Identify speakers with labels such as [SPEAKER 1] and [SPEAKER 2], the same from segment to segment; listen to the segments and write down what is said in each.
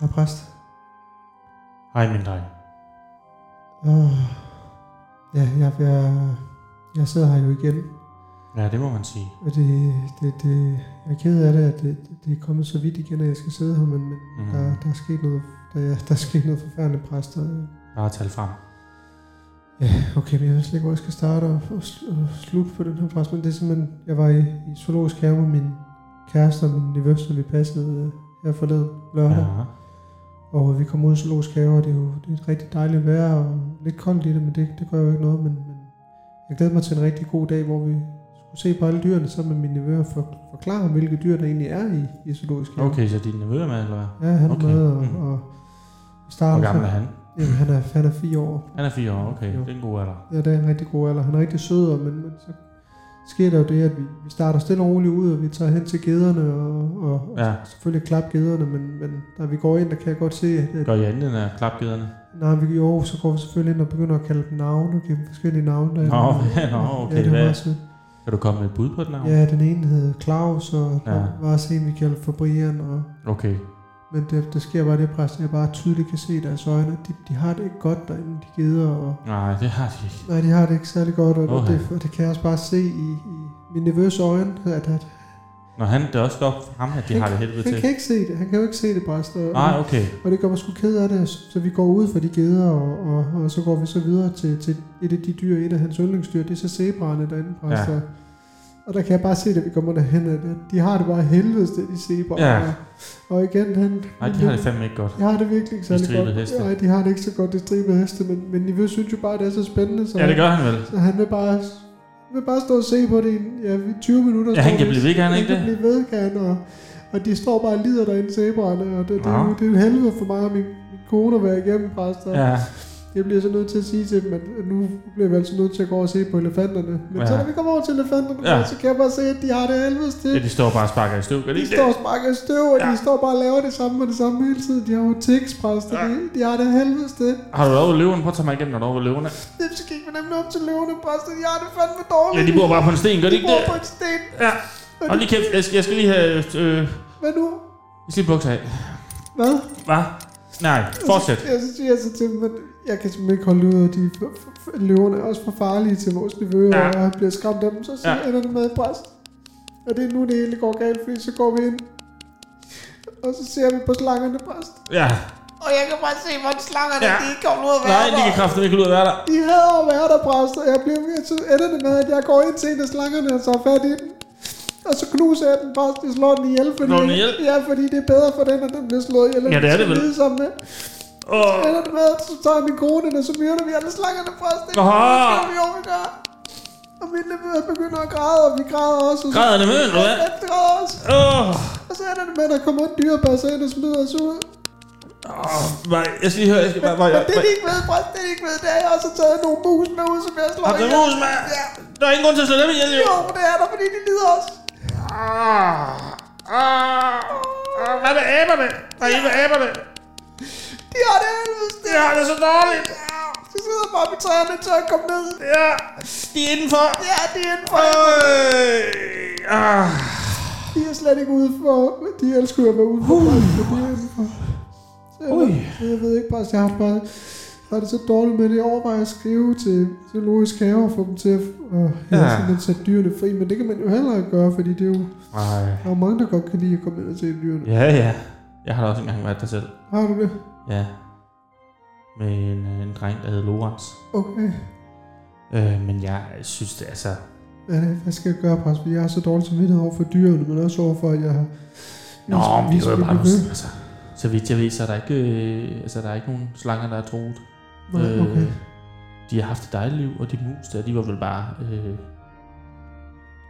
[SPEAKER 1] herr præst.
[SPEAKER 2] Hej, min dreng.
[SPEAKER 1] Åh, Øh, ja, jeg, jeg, jeg sidder her jo igen.
[SPEAKER 2] Ja, det må man sige.
[SPEAKER 1] Og det, det, det, jeg er ked af det, at det, det- det er kommet så vidt igen, at jeg skal sidde her, men, men
[SPEAKER 2] Mm.
[SPEAKER 1] mm. der, der er sket noget, der, er- der er sket noget forfærdeligt præst. Og,
[SPEAKER 2] Bare tal frem.
[SPEAKER 1] ja, okay, men jeg ved slet ikke, hvor jeg skal starte og, og, sl- og slutte på den her præst, men det er simpelthen, jeg var i, i zoologisk have med min kæreste og min nevø, som vi passede øh, her forleden lørdag. Ja.
[SPEAKER 2] Ja.
[SPEAKER 1] Og vi kom ud i zoologisk have, og det er jo det er et rigtig dejligt vejr, og lidt koldt i det, men det, det gør jo ikke noget. Men, men jeg glæder mig til en rigtig god dag, hvor vi skulle se på alle dyrene sammen med mine nevøer og for, forklare, hvilke dyr der egentlig er i, i zoologisk have.
[SPEAKER 2] Okay, så din nevø er med, eller hvad?
[SPEAKER 1] Ja, han
[SPEAKER 2] Okay.
[SPEAKER 1] okay. er med, og,
[SPEAKER 2] Mm.
[SPEAKER 1] og vi starter...
[SPEAKER 2] Hvor gammel er han?
[SPEAKER 1] Jamen, han er, han er fire år.
[SPEAKER 2] Han er fire år, okay.
[SPEAKER 1] Jo.
[SPEAKER 2] Det er en god alder.
[SPEAKER 1] Ja, det er en rigtig god alder. Han er rigtig sød, og- men, men så sker der jo det, at vi, vi starter stille og roligt ud, og vi tager hen til gederne, og, og,
[SPEAKER 2] Ja.
[SPEAKER 1] og selvfølgelig klap gederne, men, men da vi går ind, der kan jeg godt se, at, at
[SPEAKER 2] Gør I andet end at klappe gederne?
[SPEAKER 1] Nej, vi, jo, så går vi selvfølgelig ind og begynder at kalde dem navne, og give dem forskellige navne. Der
[SPEAKER 2] Nå, ja, nå, okay,
[SPEAKER 1] Ja, det
[SPEAKER 2] hvad-
[SPEAKER 1] var også,
[SPEAKER 2] Kan du komme med et bud på et navn?
[SPEAKER 1] ja, den ene hed Claus, og der
[SPEAKER 2] Ja.
[SPEAKER 1] var også en, vi kaldte for Brian. Og,
[SPEAKER 2] Okay.
[SPEAKER 1] men det, der sker bare det, præst, jeg bare tydeligt kan se i deres øjne, at de, de har det ikke godt derinde, de gider. Og,
[SPEAKER 2] Nej, det har de ikke.
[SPEAKER 1] nej, de har det ikke særlig godt, og, og,
[SPEAKER 2] Åha.
[SPEAKER 1] det, og det kan jeg også bare se i, i min nervøse øjne, at, at
[SPEAKER 2] Når han, det er også op for ham, at de har det helvede
[SPEAKER 1] han
[SPEAKER 2] til.
[SPEAKER 1] kan ikke se det. Han kan jo ikke se det, præst. Og,
[SPEAKER 2] Nej, okay.
[SPEAKER 1] Og det gør mig sgu ked af det, så vi går ud for de geder, og, og, og så går vi så videre til, til et af de dyr, et af hans yndlingsdyr, det er så zebraerne derinde fra
[SPEAKER 2] Ja.
[SPEAKER 1] ja. så, Og der kan jeg bare se, at vi kommer derhen, at at de har det bare helvedes, det de zebraer.
[SPEAKER 2] Ja.
[SPEAKER 1] Og, og igen, han...
[SPEAKER 2] Nej, de har det fandme ikke godt.
[SPEAKER 1] de har det virkelig ikke
[SPEAKER 2] De
[SPEAKER 1] særlig
[SPEAKER 2] stribede
[SPEAKER 1] godt.
[SPEAKER 2] heste.
[SPEAKER 1] Nej, de har det ikke så godt, det stribede heste, men, men Niveau synes jo bare, at det er så spændende, så,
[SPEAKER 2] Ja, det gør han vel.
[SPEAKER 1] så han vil bare, han vil bare stå og se på det i en- ja, 20 minutter.
[SPEAKER 2] Ja, han
[SPEAKER 1] tror
[SPEAKER 2] kan
[SPEAKER 1] jeg.
[SPEAKER 2] blive ved, kan han ikke det?
[SPEAKER 1] kan blive ved, kan han, og, og de står bare og lider derinde zebraerne, og det, det, er,
[SPEAKER 2] Nå.
[SPEAKER 1] jo, det er jo helvede for mig og min, min kone at være igennem, præster.
[SPEAKER 2] Ja,
[SPEAKER 1] Jeg bliver så nødt til at sige til dem, at at nu bliver vi altså nødt til at gå og se på elefanterne. Men
[SPEAKER 2] Ja.
[SPEAKER 1] ja. så når vi kommer over til elefanterne,
[SPEAKER 2] Ja.
[SPEAKER 1] ja. så kan jeg bare se, at de har det helvedes til.
[SPEAKER 2] ja de står bare og sparker i støv. Gør de
[SPEAKER 1] De
[SPEAKER 2] ikke
[SPEAKER 1] står
[SPEAKER 2] det?
[SPEAKER 1] og sparker i støv, og
[SPEAKER 2] Ja.
[SPEAKER 1] de står bare og laver det samme og det samme hele tiden. De har jo tics, præster.
[SPEAKER 2] Ja.
[SPEAKER 1] Ja. De, de har det helvedes til.
[SPEAKER 2] Har du været ved løven? Prøv at tage mig igennem, når du er ved løverne.
[SPEAKER 1] Dem skal ikke nemlig op til løvene, præster. De har det fandme dårligt.
[SPEAKER 2] Ja, de bor bare på en sten, gør
[SPEAKER 1] de
[SPEAKER 2] de ikke det?
[SPEAKER 1] bor på en sten.
[SPEAKER 2] Ja. Hold lige kæft, jeg skal, jeg skal lige have... Øh,
[SPEAKER 1] Hvad nu?
[SPEAKER 2] jeg skal lige bukser af.
[SPEAKER 1] Hvad?
[SPEAKER 2] Hvad? Nej, fortsæt.
[SPEAKER 1] Jeg synes, jeg så til dem, at jeg kan simpelthen ikke holde ud, og de f- f- f- løverne er også for farlige til vores niveau,
[SPEAKER 2] Ja.
[SPEAKER 1] ja. og jeg bliver skræmt af dem, så, så
[SPEAKER 2] Ja.
[SPEAKER 1] ja. ender det med et bræst. Og det er nu, det hele går galt, fordi så går vi ind, og så ser vi på slangerne bræst.
[SPEAKER 2] Ja.
[SPEAKER 3] Og jeg kan bare se, hvor slangerne
[SPEAKER 2] Ja.
[SPEAKER 3] ja. de ikke kommer ud af
[SPEAKER 2] Nej,
[SPEAKER 3] vandet.
[SPEAKER 2] de kan kraftedeme ikke ud af at være der.
[SPEAKER 1] De hader at være der, bræst, og jeg bliver ved, så ender det med, at jeg går ind til en af slangerne og tager fat i den. Og så knuser jeg den bræst, jeg slår den ihjel, fordi,
[SPEAKER 2] Slår den ihjel?
[SPEAKER 1] Ja, fordi det er bedre for den, at den bliver slået ihjel. end
[SPEAKER 2] Ja, det er
[SPEAKER 1] den
[SPEAKER 2] det vel.
[SPEAKER 1] skal lide sammen med.
[SPEAKER 2] Åh,
[SPEAKER 1] Så ender det med, at så tager min kone den, og så myrder vi alle slangerne bræst. Det
[SPEAKER 2] Aha.
[SPEAKER 1] skal vi jo, vi gør. Og min nevø begynder at græde, og vi græder også. Og så,
[SPEAKER 2] græder nevøen, eller hvad?
[SPEAKER 1] Jeg græder også.
[SPEAKER 2] Åh,
[SPEAKER 1] Og så ender det med, at der kommer en dyrepasser ind og smider os ud.
[SPEAKER 2] åh, nej, jeg skal lige høre, jeg skal... Hvor, hvor,
[SPEAKER 1] Men det,
[SPEAKER 2] hvor,
[SPEAKER 1] de ikke ved, bræst, det de ikke ved, det er, at jeg også har taget nogle mus med ud, som jeg slår
[SPEAKER 2] Har du
[SPEAKER 1] ihjel.
[SPEAKER 2] mus med?
[SPEAKER 1] Ja.
[SPEAKER 2] der er ingen grund til at slå dem ihjel, jo.
[SPEAKER 1] Jo, det er der, fordi de lider også.
[SPEAKER 2] Ah, ah, ah, Hvad med aberne? Der er en med aberne.
[SPEAKER 1] De har det helvedes. Det
[SPEAKER 2] Det har det så dårligt.
[SPEAKER 1] de sidder bare på træerne til at komme ned.
[SPEAKER 2] Ja, de er indenfor.
[SPEAKER 1] Ja, de er indenfor.
[SPEAKER 2] Øh, ah.
[SPEAKER 1] De er slet ikke ude for. De elsker jo at være ude for. men de er indenfor. Så jeg,
[SPEAKER 2] Ui.
[SPEAKER 1] ved, jeg ved ikke bare, jeg har bare jeg har det så dårligt med det. Jeg overvejer at skrive til zoologisk have og få dem til at øh, ja.
[SPEAKER 2] Ja.
[SPEAKER 1] sådan at sætte dyrene fri. Men det kan man jo heller ikke gøre, fordi det er jo,
[SPEAKER 2] Nej.
[SPEAKER 1] der er jo mange, der godt kan lide at komme ind og se dyrene. Ja.
[SPEAKER 2] Ja, ja. Jeg har da også engang været der selv.
[SPEAKER 1] Har du det?
[SPEAKER 2] Ja. Med en, øh, en dreng, der hed Lorenz.
[SPEAKER 1] Okay.
[SPEAKER 2] Øh, men jeg synes det, altså...
[SPEAKER 1] Hvad, hvad skal jeg gøre, præst? Fordi jeg har så dårlig samvittighed over for dyrene, men også over for, at jeg har...
[SPEAKER 2] Nå, men det er jo
[SPEAKER 1] vist-
[SPEAKER 2] bare
[SPEAKER 1] vist-
[SPEAKER 2] nogle, altså, Så vidt jeg ved, så er der ikke, øh, altså, der er ikke nogen slanger, der er troet. Øh,
[SPEAKER 1] Nej, okay.
[SPEAKER 2] de har haft et dejligt liv, og de mus der, de var vel bare øh,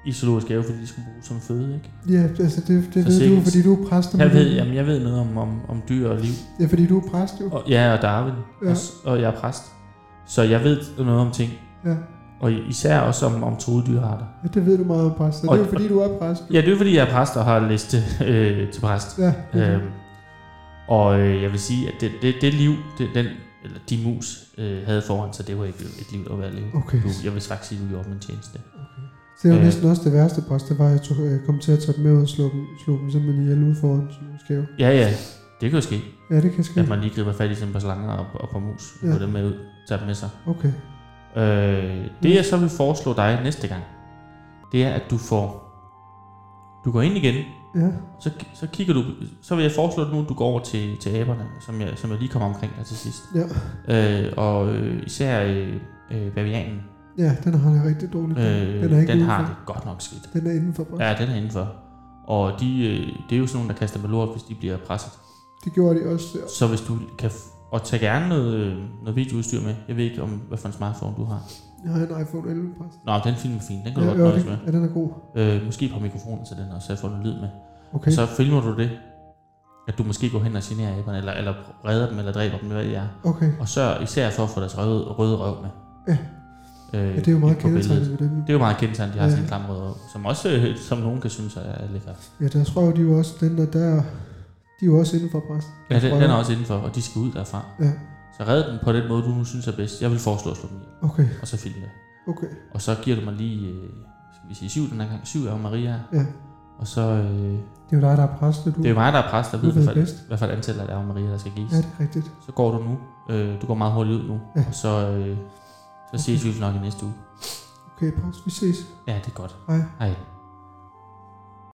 [SPEAKER 2] i zoologisk have, fordi de skulle bruges som føde, ikke?
[SPEAKER 1] Ja, altså det, det
[SPEAKER 2] For
[SPEAKER 1] ved du,
[SPEAKER 2] sikkert.
[SPEAKER 1] fordi du er præst.
[SPEAKER 2] Jeg
[SPEAKER 1] men-
[SPEAKER 2] ved, jamen, jeg ved noget om, om, om dyr og liv,
[SPEAKER 1] Ja, fordi du er præst jo.
[SPEAKER 2] og, ja, og Darwin, ja.
[SPEAKER 1] Ja.
[SPEAKER 2] Også, og jeg er præst. Så jeg ved noget om ting,
[SPEAKER 1] Ja.
[SPEAKER 2] og især også om, om troede dyrearter.
[SPEAKER 1] ja, det ved du meget om præst. Og
[SPEAKER 2] Og-
[SPEAKER 1] det er jo fordi, du er præst.
[SPEAKER 2] Ja, det er fordi, jeg er præst og har læst øh, til præst.
[SPEAKER 1] Ja, okay.
[SPEAKER 2] Øhm, og øh, jeg vil sige, at det, det, det liv, det, den, eller de mus øh, havde foran sig, det var ikke et liv, der var at leve.
[SPEAKER 1] okay.
[SPEAKER 2] Du, jeg vil faktisk sige, at du gjorde dem en tjeneste.
[SPEAKER 1] Så det var
[SPEAKER 2] øh,
[SPEAKER 1] næsten også det værste øh, præst, det var, at jeg, tog, jeg kom til at tage dem med ud og slå dem, slå dem simpelthen ihjel ude foran sådan nogle skæve.
[SPEAKER 2] Ja, ja. Det kan jo ske,
[SPEAKER 1] Ja, det kan ske.
[SPEAKER 2] at man lige griber fat i sådan et par slanger og, og på mus, og
[SPEAKER 1] Mhm. Ja.
[SPEAKER 2] ja. dem med ud, tager dem med sig.
[SPEAKER 1] Okay.
[SPEAKER 2] Øh, det jeg så vil foreslå dig næste gang, det er, at du får... Du går ind igen,
[SPEAKER 1] Ja.
[SPEAKER 2] så, så kigger du... Så vil jeg foreslå nu, at du går over til, til aberne, som jeg, som jeg lige kommer omkring her til sidst.
[SPEAKER 1] Ja.
[SPEAKER 2] Øh, og øh, især øh, øh, bavianen,
[SPEAKER 1] ja, den har det rigtig dårligt.
[SPEAKER 2] øh,
[SPEAKER 1] den er ikke
[SPEAKER 2] den
[SPEAKER 1] udenfor.
[SPEAKER 2] har det godt nok skidt.
[SPEAKER 1] Den er indenfor bare. Ja.
[SPEAKER 2] Ja, den er indenfor. Og de, øh, det er jo sådan nogle, der kaster med lort, hvis de bliver presset.
[SPEAKER 1] Det gjorde de også. Der.
[SPEAKER 2] Så hvis du kan... F- og tag gerne noget, øh, noget videoudstyr med. Jeg ved ikke, om, hvad for en smartphone du har.
[SPEAKER 1] Jeg har en iPhone 11 præst.
[SPEAKER 2] Nå, den film er fin. Den
[SPEAKER 1] Ja,
[SPEAKER 2] kan du godt
[SPEAKER 1] ja,
[SPEAKER 2] nøjes med.
[SPEAKER 1] det- ja, den er god.
[SPEAKER 2] Øh, måske et par mikrofoner til den, og så jeg får noget lyd med.
[SPEAKER 1] Okay.
[SPEAKER 2] Så filmer du det, at du måske går hen og generer aberne, eller, eller redder dem, eller dræber dem, hvad det er.
[SPEAKER 1] Okay.
[SPEAKER 2] Og sørg især for at få deres røde, røde røv med.
[SPEAKER 1] Ja.
[SPEAKER 2] Øh,
[SPEAKER 1] Ja, det er jo meget
[SPEAKER 2] på billedet.
[SPEAKER 1] kendetegnet ved dem.
[SPEAKER 2] Det er jo meget kendetegnet, de har
[SPEAKER 1] Ja.
[SPEAKER 2] sådan en klam rød røv, som også, øh, som nogen kan synes er lækker.
[SPEAKER 1] Ja, der tror jeg, de er jo også den der, der de er jo også indenfor præst.
[SPEAKER 2] Ja, den,
[SPEAKER 1] Røv.
[SPEAKER 2] den er også indenfor, og de skal ud derfra.
[SPEAKER 1] Ja.
[SPEAKER 2] Så red den på den måde, du nu synes er bedst. Jeg vil foreslå at slå dem ihjel,
[SPEAKER 1] Okay,
[SPEAKER 2] og så filme det.
[SPEAKER 1] okay.
[SPEAKER 2] Og så giver du mig lige, øh, skal vi sige syv den her gang, syv af Maria.
[SPEAKER 1] Ja.
[SPEAKER 2] Og så, øh,
[SPEAKER 1] Det er jo dig, der er præst, og du,
[SPEAKER 2] det er jo mig, der er præst, der
[SPEAKER 1] du
[SPEAKER 2] ved,
[SPEAKER 1] ved
[SPEAKER 2] hvad,
[SPEAKER 1] bedst.
[SPEAKER 2] hvad for et antal af Ave Maria, der skal gives.
[SPEAKER 1] Ja, det er rigtigt.
[SPEAKER 2] Så går du nu. Øh, du går meget hurtigt ud nu.
[SPEAKER 1] Ja.
[SPEAKER 2] Og så, øh, så ses vi nok i næste uge.
[SPEAKER 1] Okay, præst, vi ses.
[SPEAKER 2] Ja, det er godt.
[SPEAKER 1] Hej.
[SPEAKER 2] Hej.